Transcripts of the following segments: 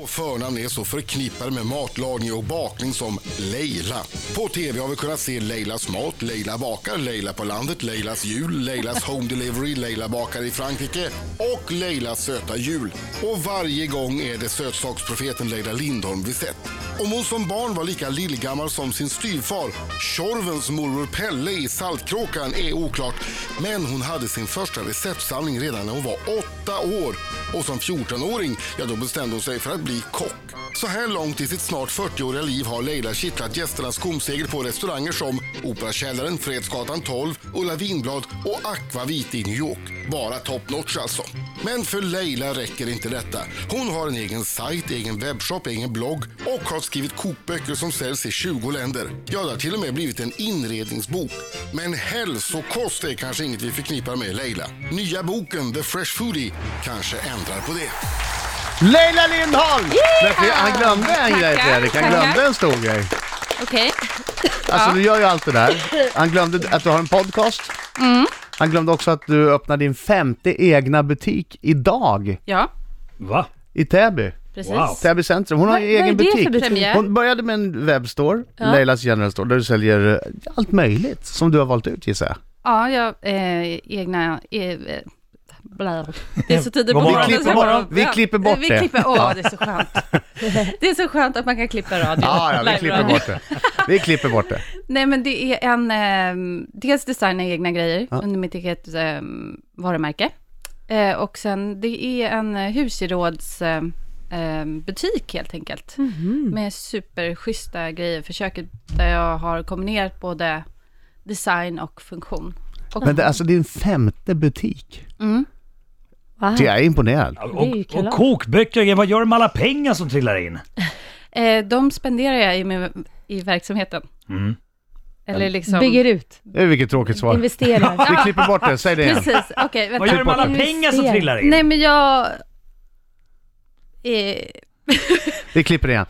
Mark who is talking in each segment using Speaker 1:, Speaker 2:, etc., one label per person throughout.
Speaker 1: Och förnamn är så förknippade med matlagning och bakning som Leila. På TV har vi kunnat se Leilas mat, Leila bakar, Leila på landet, Leilas jul, Leilas home delivery, Leila bakar i Frankrike och Leilas söta jul. Och varje gång är det sötsaksprofeten Leila Lindholm vi sett. Om hon som barn var lika lillgammal som sin styvfar, Tjorvens morbror Pelle i Saltkråkan, är oklart. Men hon hade sin första receptsamling redan när hon var åtta år. Och som 14-åring, ja då bestämde hon sig för att bli kock. Så här långt i sitt snart 40-åriga liv har Leila kittlat gästernas skomsegel på restauranger som Operakällaren, Fredsgatan 12, Ulla Vinblad och Aqua Vit i New York. Bara top notch alltså. Men för Leila räcker inte detta. Hon har en egen sajt, egen webbshop, egen blogg och har skrivit kokböcker som säljs i 20 länder. Ja, det har till och med blivit en inredningsbok. Men hälsokost är kanske inget vi förknippar med Leila. Nya boken The Fresh Foodie kanske ändrar på det.
Speaker 2: Leila Lindholm! Därför Han glömde en grej
Speaker 3: Tackar,
Speaker 2: Fredrik, han
Speaker 3: tackar.
Speaker 2: glömde en stor grej.
Speaker 3: Okej.
Speaker 2: Alltså du gör ju allt det där. Han glömde att du har en podcast. Han glömde också att du öppnar din femte egna butik idag
Speaker 3: Ja,
Speaker 4: Va?
Speaker 2: i Täby.
Speaker 3: precis.
Speaker 4: Wow.
Speaker 2: Täby centrum. Hon har
Speaker 5: Vad-
Speaker 2: ju
Speaker 5: vad är
Speaker 2: egen
Speaker 5: det för
Speaker 2: butik.
Speaker 5: butik?
Speaker 3: Premiär.
Speaker 2: Hon började med en webbstore, Leilas General Store, där du säljer eh, allt möjligt som du har valt ut gissar jag.
Speaker 3: Ja, jag eh, egna... Eh, blä. det är så tidigt på
Speaker 4: God morgon.
Speaker 3: morgonen.
Speaker 4: Vi
Speaker 2: klipper
Speaker 3: så-
Speaker 2: bort- vi klipper bort
Speaker 3: Ja, vi
Speaker 2: det.
Speaker 3: Klipper, åh, det är så skönt. Det är så skönt att man kan klippa radio.
Speaker 2: Ja, ja, vi
Speaker 3: live
Speaker 2: klipper
Speaker 3: radio.
Speaker 2: bort det. Vi klipper bort det.
Speaker 3: Nej, men det är en... Eh, dels designa egna grejer under mitt eget eh, varumärke. Eh, och sen, det är en eh, husgeråds... Eh, eh, butik helt enkelt.
Speaker 4: Mhm.
Speaker 3: Med superschyssta grejer för köket där jag har kombinerat både design och funktion. Och
Speaker 2: Men det, alltså din femte butik.
Speaker 4: Mm.
Speaker 5: Wow.
Speaker 2: Så jag är imponerad.
Speaker 4: Och,
Speaker 5: Det är ju
Speaker 4: och
Speaker 5: kalas.
Speaker 4: kokböcker, vad gör de med alla pengar som trillar in?
Speaker 3: Eh, de spenderar jag i, min, i verksamheten.
Speaker 4: Mm.
Speaker 3: Eller liksom...
Speaker 5: Bygger ut,
Speaker 2: Eh, Vilket tråkigt svar. Vi
Speaker 5: investerar.
Speaker 2: klipper bort det, säg det igen.
Speaker 3: Precis, okej,
Speaker 4: Vad gör
Speaker 3: vänta.
Speaker 4: de med alla
Speaker 5: Investera.
Speaker 4: pengar som trillar in?
Speaker 3: Nej, men jag... Eh,
Speaker 2: Vi klipper det igen.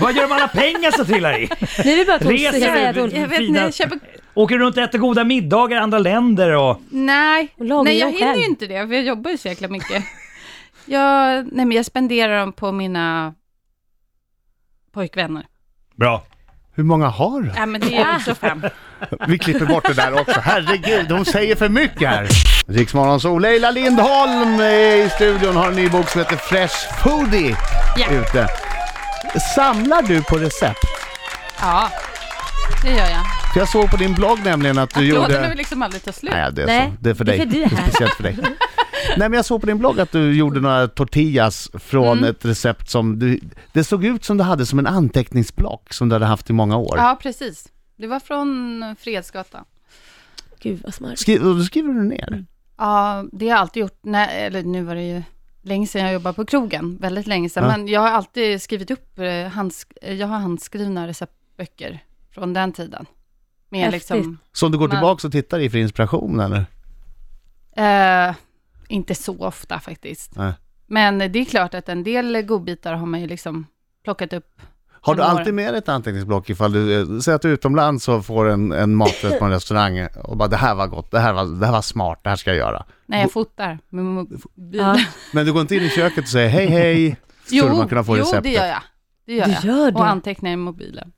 Speaker 4: Vad gör de med alla pengar som trillar in?
Speaker 5: nu är det bara att hon ska
Speaker 4: Reser.
Speaker 5: säga att hon...
Speaker 3: jag vet
Speaker 4: Fina-
Speaker 3: inte, jag köper...
Speaker 4: Åker runt och äter goda middagar i andra länder och...
Speaker 3: Nej,
Speaker 5: Och lagar
Speaker 3: nej jag
Speaker 5: jag
Speaker 3: hinner ju
Speaker 5: själv.
Speaker 3: inte det, för jag jobbar ju så jäkla mycket. Jag, nej, men jag spenderar dem på mina pojkvänner.
Speaker 4: Bra.
Speaker 2: Hur många har du?
Speaker 3: Nej, men det är också fem.
Speaker 2: Vi klipper bort det där också. Herregud, hon säger för mycket här. Riksmorgonzoo, Leila Lindholm är i studion har en ny bok som heter Fresh Foodie
Speaker 3: Ja.
Speaker 2: ute. Samlar du på recept?
Speaker 3: Ja, det gör jag.
Speaker 2: För jag såg på din blogg nämligen att du
Speaker 3: Lådorna
Speaker 2: gjorde...
Speaker 3: vill liksom aldrig ta slut.
Speaker 2: Nej, det är,
Speaker 5: Nej,
Speaker 2: så. Det är för dig.
Speaker 5: dig här.
Speaker 2: speciellt för dig. Nej men jag såg på din blogg att du gjorde några tortillas från ett recept som du... Det såg ut som du hade som en anteckningsblock som du hade haft i många år.
Speaker 3: Ja, precis. Det var från Fredsgatan.
Speaker 5: Gud vad smart.
Speaker 2: Skri- och då skriver du ner.
Speaker 3: Ja, det har jag alltid gjort. Nej, eller nu var det ju länge sedan jag jobbade på krogen, väldigt länge sedan.
Speaker 2: Ja.
Speaker 3: Men jag har alltid skrivit upp, eh, hands, eh, jag har handskrivna receptböcker från den tiden. Med
Speaker 5: Häftigt.
Speaker 3: liksom,
Speaker 2: Som du går
Speaker 3: Men-
Speaker 2: tillbaka och tittar i för inspiration eller?
Speaker 3: eh, inte så ofta faktiskt.
Speaker 2: Nej.
Speaker 3: Men det är klart att en del godbitar har man ju liksom plockat upp.
Speaker 2: Har du
Speaker 3: Några.
Speaker 2: alltid med dig ett anteckningsblock ifall du, eh, säg att du är utomlands och får en, en maträtt på en restaurang och bara det här var gott, det här var, det här var smart, det här ska jag göra.
Speaker 3: när jag fotar med mobilen.
Speaker 5: Ja.
Speaker 2: Men du går inte in i köket och säger hej hej, skulle man kunna få
Speaker 3: jo
Speaker 2: receptet?
Speaker 3: det gör jag. Det gör Ah.
Speaker 5: Du
Speaker 3: jag.
Speaker 5: gör det?
Speaker 3: Och antecknar i mobilen.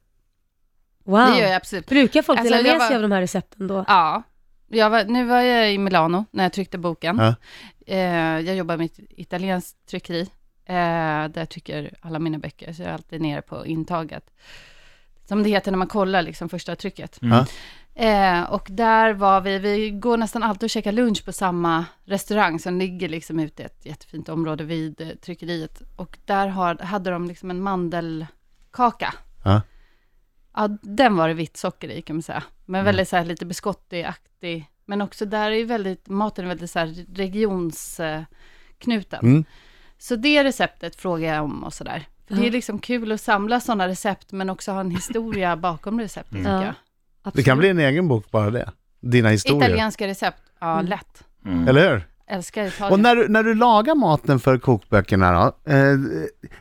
Speaker 5: Wow.
Speaker 3: Det gör jag absolut.
Speaker 5: Brukar folk
Speaker 3: Alltså,
Speaker 5: dela
Speaker 3: jag
Speaker 5: med sig
Speaker 3: bara-
Speaker 5: av de här recepten då?
Speaker 3: Ja. Jag var, nu var jag i Milano när jag tryckte boken.
Speaker 2: Ja.
Speaker 3: Eh, jag jobbar med ett italienskt tryckeri. Eh, där trycker alla mina böcker, så jag är alltid nere på intaget. Som det heter när man kollar liksom, första trycket.
Speaker 2: Mm.
Speaker 3: Eh, och där var vi, vi går nästan alltid och käkar lunch på samma restaurang som ligger liksom ute i ett jättefint område vid eh, tryckeriet. Och där har, hade de liksom en mandelkaka.
Speaker 2: Ja.
Speaker 3: Ja, den var det vitt socker i kan man säga. Men
Speaker 2: Mm.
Speaker 3: väldigt så här lite biscottiaktig. Men också där är ju väldigt, maten är väldigt så här regionsknuten.
Speaker 2: Mm.
Speaker 3: Så det receptet frågar jag om och sådär. För Det är liksom kul att samla sådana recept, men också ha en historia bakom receptet,
Speaker 2: Mm.
Speaker 3: tycker
Speaker 5: Ja,
Speaker 3: jag.
Speaker 2: Det kan bli en egen bok bara det. Dina historier.
Speaker 3: Italienska recept, ja lätt.
Speaker 4: Mm.
Speaker 2: Eller hur?
Speaker 3: Älskar Italien.
Speaker 2: Och när, du- när du lagar maten för kokböckerna då? Eh,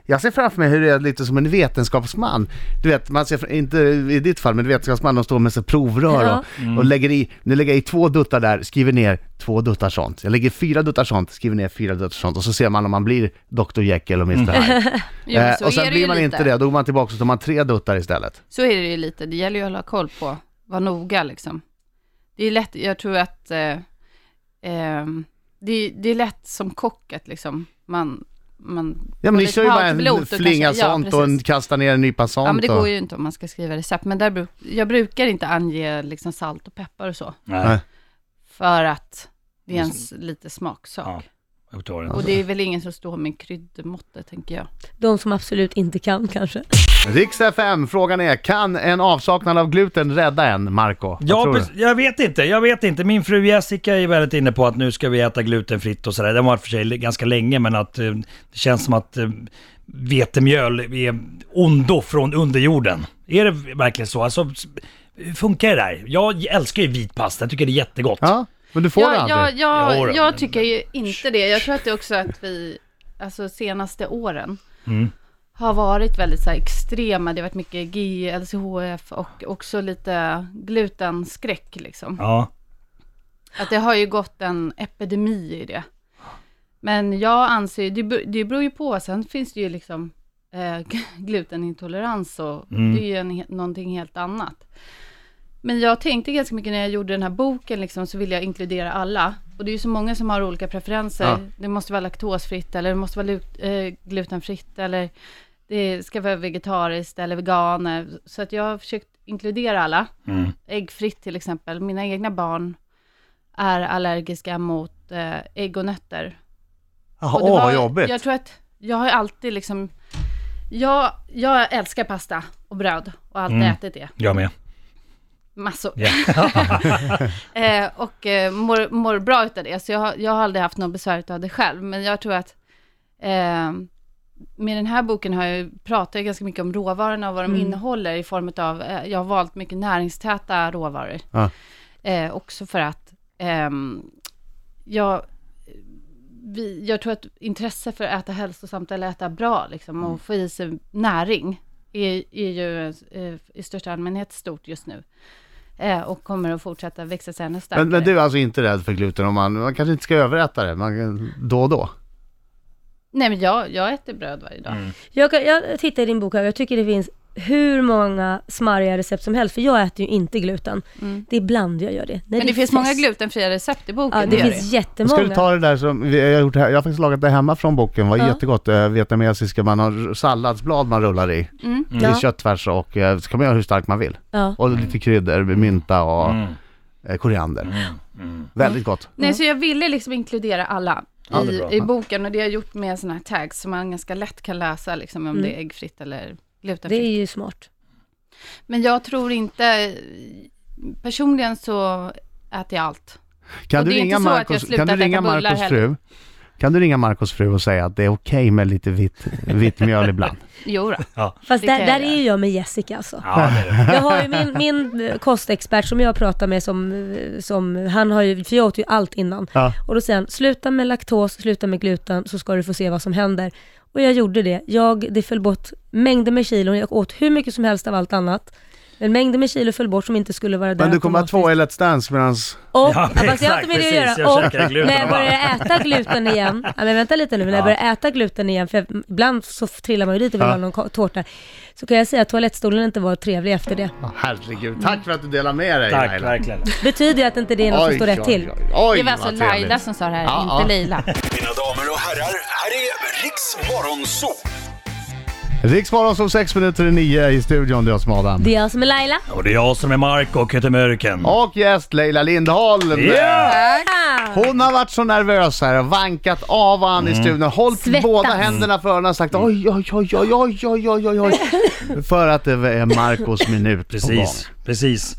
Speaker 2: jag ser framför mig hur det är lite som en vetenskapsman. Du vet, man ser, fr- inte i ditt fall, men vetenskapsman, de står med sig provrör
Speaker 5: Ja.
Speaker 2: och,
Speaker 3: Mm.
Speaker 4: Mm.
Speaker 2: och lägger i, nu lägger jag i två duttar där, skriver ner två duttar sånt. Jag lägger fyra duttar sånt, skriver ner fyra duttar sånt och så ser man om man blir Dr Jekyll och Mr Hyde.
Speaker 3: Mm. Jo, men
Speaker 2: Eh,
Speaker 3: så
Speaker 2: och
Speaker 3: är
Speaker 2: sen
Speaker 3: det ju
Speaker 2: blir man
Speaker 3: lite.
Speaker 2: inte det, då går man tillbaka och så tar man tre duttar istället.
Speaker 3: Så är det ju lite. Det gäller ju att hålla koll på, vara noga liksom. Det är lätt, jag tror att eh, ehm, det, det är lätt som kock att liksom man... man
Speaker 2: Ja
Speaker 3: får
Speaker 2: men ni
Speaker 3: lite
Speaker 2: kör ju bara
Speaker 3: pausblot
Speaker 2: en
Speaker 3: och
Speaker 2: flinga
Speaker 3: kanske- ja,
Speaker 2: sånt och
Speaker 3: precis.
Speaker 2: en, kastar ner en nypa sånt.
Speaker 3: Ja, men det
Speaker 2: och...
Speaker 3: går ju inte om man ska skriva recept. Men där, bru- jag brukar inte ange liksom salt och peppar och så.
Speaker 4: Nej,
Speaker 3: För att det är en s- lite smaksak.
Speaker 4: jag tar
Speaker 3: Och
Speaker 4: den.
Speaker 3: det är väl ingen som står med kryddmåttet, tänker jag.
Speaker 5: De som absolut inte kan kanske.
Speaker 2: Riks FM, frågan är, kan en avsaknad av gluten rädda en, Marco? Vad
Speaker 4: Ja,
Speaker 2: tror du?
Speaker 4: precis. jag vet inte, jag vet inte. Min fru Jessica är väldigt inne på att nu ska vi äta glutenfritt och sådär. Det har varit för sig ganska länge men att eh, det känns som att eh, vetemjöl är ondo från underjorden. Är det verkligen så? Alltså, s- hur funkar det där? Jag älskar ju vit pasta, jag tycker det är jättegott.
Speaker 2: Ja, men du får det
Speaker 3: Jag,
Speaker 2: aldrig.
Speaker 3: jag,
Speaker 4: Jo då,
Speaker 3: jag, jag
Speaker 4: men-
Speaker 3: tycker ju inte det. Jag tror att det är också att vi, alltså senaste åren,
Speaker 4: Mm.
Speaker 3: har varit väldigt så här extrema. Det har varit mycket GI, LCHF och också lite glutenskräck liksom.
Speaker 4: Ja.
Speaker 3: Att det har ju gått en epidemi i det. Men jag anser, det, be- det beror ju på, sen finns det ju liksom eh, glutenintolerans och
Speaker 4: Mm.
Speaker 3: det är ju en, he- någonting helt annat. Men jag tänkte ganska mycket när jag gjorde den här boken, liksom, så ville jag inkludera alla. Och det är ju så många som har olika preferenser.
Speaker 2: Ja.
Speaker 3: Det måste vara laktosfritt eller det måste vara lut- eh, glutenfritt eller det ska vara vegetariskt eller veganer. Så att jag har försökt inkludera alla
Speaker 4: Mm.
Speaker 3: äggfritt till exempel. Mina egna barn är allergiska mot eh, ägg och nötter.
Speaker 2: Jaha,
Speaker 3: Och det
Speaker 2: åh
Speaker 3: var-
Speaker 2: vad jobbigt.
Speaker 3: Jag tror att jag har ju alltid liksom... Jag, jag älskar pasta och bröd och har alltid
Speaker 4: Mm.
Speaker 3: ätit det.
Speaker 4: Jag med.
Speaker 3: Massor.
Speaker 4: Ja.
Speaker 3: Eh, och eh, mår, mår bra utav det. Så jag, har- jag har aldrig haft något besvär utav det själv. Men jag tror att eh, med den här boken har jag, ju- pratar jag ganska mycket om råvarorna och vad de
Speaker 2: Mm.
Speaker 3: innehåller i form av, eh, jag har valt mycket näringstäta råvaror.
Speaker 2: Ja.
Speaker 3: Eh, också för att ehm, jag, vi, jag tror att intresse för att äta hälsosamt eller äta bra liksom,
Speaker 2: Mm.
Speaker 3: och få i sig näring är, är ju eh, i största allmänhet stort just nu. Eh, och kommer att fortsätta växa sig ännu starkare.
Speaker 2: Men, men du är alltså inte rädd för gluten? Om man, man kanske inte ska överäta det, man, då och då?
Speaker 3: Nej men jag, jag äter bröd varje dag.
Speaker 2: Mm.
Speaker 5: Jag, kan- jag tittar i din bok här och jag tycker det finns hur många smarriga recept som helst, för jag äter ju inte gluten. Det är ibland jag gör det. När
Speaker 3: Mm. Men det
Speaker 5: är
Speaker 3: finns många
Speaker 5: fest.
Speaker 3: glutenfria recept i boken.
Speaker 5: Ja, det
Speaker 3: gör
Speaker 5: finns
Speaker 2: Då ska
Speaker 5: jättemånga.
Speaker 2: du ta det där som vi jag har gjort här. Jag har faktiskt lagat det hemma från boken, var
Speaker 5: Ja.
Speaker 2: jättegott. Eh, vietnamesiska, man har salladsblad man rullar
Speaker 3: Mm.
Speaker 2: i. Det är
Speaker 5: Ja.
Speaker 2: köttfärs och eh, så kan man göra hur stark man vill.
Speaker 5: Ja.
Speaker 3: Mm.
Speaker 2: Och lite kryddor, mynta och
Speaker 4: Mm.
Speaker 2: eh, koriander.
Speaker 3: Mm.
Speaker 2: Väldigt gott.
Speaker 3: Nej, så jag ville liksom inkludera alla
Speaker 4: Ja, det är bra.
Speaker 3: i, i boken och det har jag gjort med sådana här tags som man ganska lätt kan läsa liksom, om
Speaker 5: Mm.
Speaker 3: det är äggfritt eller
Speaker 5: Det
Speaker 3: glutenfritt.
Speaker 5: är ju smart.
Speaker 3: Men jag tror inte, personligen så äter jag allt.
Speaker 2: Kan
Speaker 3: Och
Speaker 2: du,
Speaker 3: det är
Speaker 2: ringa
Speaker 3: inte så att jag
Speaker 2: Marcos, kan
Speaker 3: slutat
Speaker 2: du ringa
Speaker 3: äta bullar
Speaker 2: Marcos
Speaker 3: heller.
Speaker 2: fru? Kan du ringa Marcos fru och säga att det är okej med lite vitt, vitt mjöl ibland?
Speaker 3: Jo då.
Speaker 5: Fast
Speaker 3: Det kan
Speaker 5: där,
Speaker 3: jag
Speaker 5: där är ju jag med Jessica alltså.
Speaker 4: Ja, det är det.
Speaker 5: Jag har ju min, min kostexpert som jag pratar med som, som han har ju, för jag åt ju allt innan.
Speaker 2: Ja.
Speaker 5: Och då säger han, sluta med laktos, sluta med gluten, så ska du få se vad som händer. Och jag gjorde det. Jag, det föll bort mängder med kilon, jag åt hur mycket som helst av allt annat. Men mängder med kilo föll bort som inte skulle vara där
Speaker 2: Men du kommer ha två i Let's Dance medans...
Speaker 5: Och,
Speaker 4: Ja,
Speaker 5: ja, fast jag har inte med det
Speaker 4: exakt,
Speaker 5: att
Speaker 4: precis. Jag
Speaker 5: göra.
Speaker 4: käkade
Speaker 5: Och
Speaker 4: gluten
Speaker 5: när
Speaker 4: och
Speaker 5: jag
Speaker 4: bara-
Speaker 5: börjar äta gluten igen, ja, men vänta lite nu, men när jag
Speaker 4: Ja.
Speaker 5: börjar äta gluten igen, för jag, ibland så trillar man ju dit och vill
Speaker 2: Ja.
Speaker 5: ha någon ko- tårta, så kan jag säga att toalettstolen inte var trevlig efter det.
Speaker 2: Herregud,
Speaker 3: Mm.
Speaker 2: tack för att du delar med dig
Speaker 4: Tack, verkligen.
Speaker 5: Betyder det att inte det är något som
Speaker 2: Oj,
Speaker 5: står rätt
Speaker 2: oj,
Speaker 5: till?
Speaker 2: oj, oj,
Speaker 3: Det var
Speaker 2: vad
Speaker 3: alltså
Speaker 2: trevligt.
Speaker 3: Laila som sa det här,
Speaker 2: Ja,
Speaker 3: inte
Speaker 2: ja.
Speaker 3: Leila.
Speaker 6: Mina damer och herrar, här är Riks Morgonzoo!
Speaker 2: Riksmorgon som sex minuter i nio i studion, det är jag som är Adam.
Speaker 5: Det är jag som är Laila.
Speaker 4: Och det är jag som är Marco och heter Mörken.
Speaker 2: Och gäst Leila Lindholm!
Speaker 4: Ja!
Speaker 5: Ah,
Speaker 2: Hon har varit så nervös här och vankat av och an
Speaker 4: Mm.
Speaker 2: i studion, hållit
Speaker 5: Svettas.
Speaker 2: båda
Speaker 3: Mm.
Speaker 2: händerna för öronen och sagt oj, oj, oj, oj, oj, oj, oj, oj, oj. för att det är Marcos minut på gång.
Speaker 4: Precis, precis.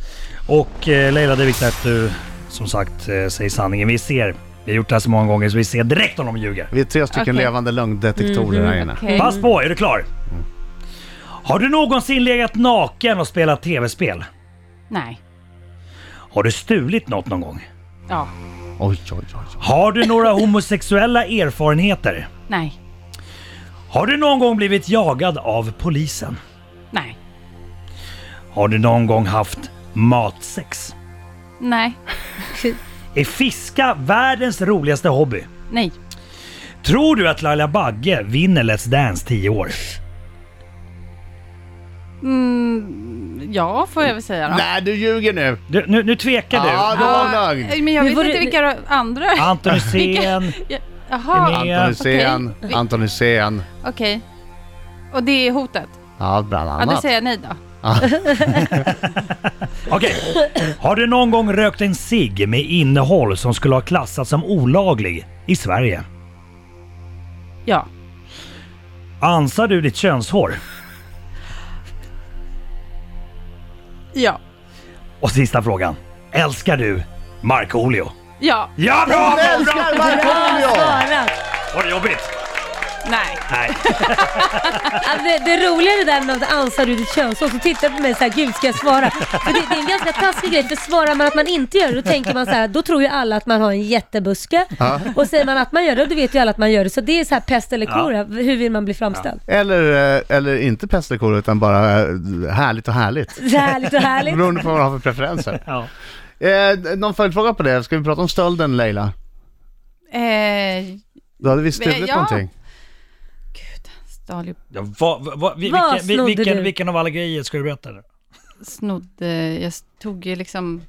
Speaker 4: Och eh, Leila, det är viktigt att du som sagt eh, säger sanningen. Vi ser, vi har gjort det här så många gånger så vi ser direkt om de ljuger.
Speaker 2: Vi är tre stycken
Speaker 3: Okej. Mm,
Speaker 2: levande lögndetektorer här inne.
Speaker 3: Okej.
Speaker 4: Pass på, är du klar? Har du någonsin legat naken och spelat tv-spel?
Speaker 3: Nej.
Speaker 4: Har du stulit något någon gång?
Speaker 3: Ja.
Speaker 2: Oj, oj, oj. oj.
Speaker 4: Har du några homosexuella erfarenheter?
Speaker 3: Nej,
Speaker 4: Har du någon gång blivit jagad av polisen?
Speaker 3: nej,
Speaker 4: Har du någon gång haft matsex?
Speaker 3: nej,
Speaker 4: Är fiska världens roligaste hobby?
Speaker 3: nej,
Speaker 4: Tror du att Laila Bagge vinner Let's Dance 10 år?
Speaker 3: Mm, ja får jag väl säga då.
Speaker 2: Nej, du ljuger nu.
Speaker 4: Du, nu, nu tvekar du.
Speaker 2: Ja, det var
Speaker 3: Ja, eh,
Speaker 2: lögn.
Speaker 3: men jag
Speaker 5: Nu
Speaker 3: vet
Speaker 5: får du-
Speaker 3: inte vilka andra...
Speaker 4: Anton Hysén.
Speaker 3: Ja, Jaha,
Speaker 4: Ner.
Speaker 2: Anton Hysén.
Speaker 3: Okej.
Speaker 2: Anton Hysén.
Speaker 3: okej. Och det är hotet?
Speaker 2: Ja, bland
Speaker 3: Ja, då
Speaker 2: annat.
Speaker 3: säger jag nej då.
Speaker 4: Okej. Har du någon gång rökt en cigg med innehåll som skulle ha klassats som olaglig i Sverige?
Speaker 3: Ja,
Speaker 4: Ansar du ditt könshår?
Speaker 3: ja,
Speaker 4: Och sista frågan. Älskar du Markoolio?
Speaker 3: ja,
Speaker 4: Ja, bra, bra, bra!
Speaker 2: Älskar Markoolio!
Speaker 5: Svarat.
Speaker 4: Var det jobbigt?
Speaker 3: nej.
Speaker 4: Nej.
Speaker 5: Ja, Alltså, Det, det roliga är det där med att ansar du ditt könshår så tittar du på mig så här, gud ska jag svara? För det, det är en ganska taskig grej, för svarar man att man inte gör det då tänker man så här, då tror ju alla att man har en jättebuske. Och säger man att man gör det, då vet ju alla att man gör det. Så det är så här pest eller kolera, hur vill man bli framställd?
Speaker 2: Eller, eh, eller inte pest eller kolera, utan bara eh, härligt och härligt.
Speaker 5: Så härligt och härligt.
Speaker 2: Beroende på vad man har för preferenser.
Speaker 4: Ja.
Speaker 2: Eh, någon följdfråga på det? Ska vi prata om stölden Leila?
Speaker 3: Eh,
Speaker 2: Då hade vi stulit
Speaker 3: Ja.
Speaker 2: någonting.
Speaker 3: gud, stal ju,
Speaker 4: Ja, va, va, va, vi-
Speaker 5: Vad
Speaker 4: vilken, vi-
Speaker 5: snodde
Speaker 4: vilken,
Speaker 5: du?
Speaker 4: vilken av alla grejer ska du berätta nu?
Speaker 3: snodde, eh, jag tog ju liksom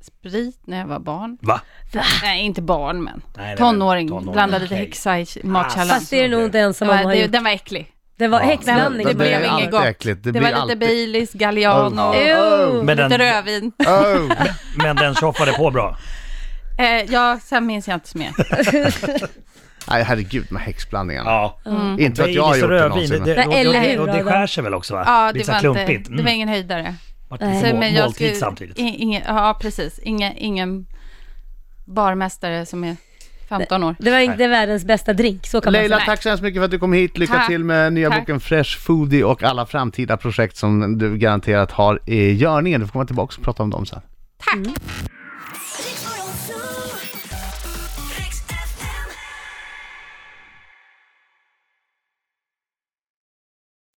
Speaker 3: sprit när jag var barn.
Speaker 4: Va?
Speaker 3: Nej, inte barn men.
Speaker 4: nej, nej.
Speaker 3: tonåring,
Speaker 4: Tonåring,
Speaker 3: blandade lite
Speaker 4: okej. Ah,
Speaker 3: häxa i matkällan.
Speaker 5: Fast det är det nog inte
Speaker 3: Den
Speaker 5: ensam om
Speaker 3: var,
Speaker 5: har
Speaker 3: det,
Speaker 5: gjort.
Speaker 3: den var äcklig.
Speaker 5: Det var
Speaker 3: Den,
Speaker 5: häxblandning.
Speaker 3: det
Speaker 5: Det
Speaker 2: blir
Speaker 3: blev
Speaker 5: blev
Speaker 2: ju
Speaker 3: inget
Speaker 2: alltid
Speaker 5: inget.
Speaker 3: gott.
Speaker 2: äckligt. Det
Speaker 3: Det,
Speaker 2: blir
Speaker 3: var lite
Speaker 2: alltid-
Speaker 3: Baileys, Galliano,
Speaker 2: Oh.
Speaker 5: Ew.
Speaker 4: Men
Speaker 3: lite
Speaker 4: den,
Speaker 3: rödvin.
Speaker 2: Oh.
Speaker 4: men den tjoffade på bra.
Speaker 3: Eh, ja, sen minns jag inte så mer.
Speaker 2: Nej, herregud med häxblandningarna.
Speaker 4: Ja.
Speaker 3: Mm.
Speaker 2: Inte för att jag har
Speaker 4: Baileys och
Speaker 2: gjort det
Speaker 4: rödvin,
Speaker 2: någonsin. men-
Speaker 5: Nej,
Speaker 4: och,
Speaker 5: eller
Speaker 4: det-
Speaker 5: hur,
Speaker 4: och det
Speaker 5: Adam?
Speaker 4: skär sig väl också va?
Speaker 3: Ja,
Speaker 4: det är
Speaker 3: det
Speaker 4: så
Speaker 3: var, inte,
Speaker 4: klumpigt. Mm.
Speaker 3: det var ingen höjdare.
Speaker 4: Vart
Speaker 5: Nej.
Speaker 4: lite
Speaker 3: Så,
Speaker 4: må-
Speaker 3: men jag
Speaker 4: måltid
Speaker 3: skulle,
Speaker 4: samtidigt.
Speaker 3: i- Ingen, ja, precis. Inga, ingen barmästare som är 15 år.
Speaker 5: Det var inte världens bästa drink, så kan man
Speaker 2: Leila,
Speaker 5: säga.
Speaker 2: tack så hemskt mycket för att du kom hit. Lycka
Speaker 3: Tack.
Speaker 2: till med nya
Speaker 3: Tack.
Speaker 2: boken Fresh Foodie och alla framtida projekt som du garanterat har i görningen. Du får komma tillbaka och prata om dem sen.
Speaker 3: Tack!
Speaker 7: Riksmorgon, zoo.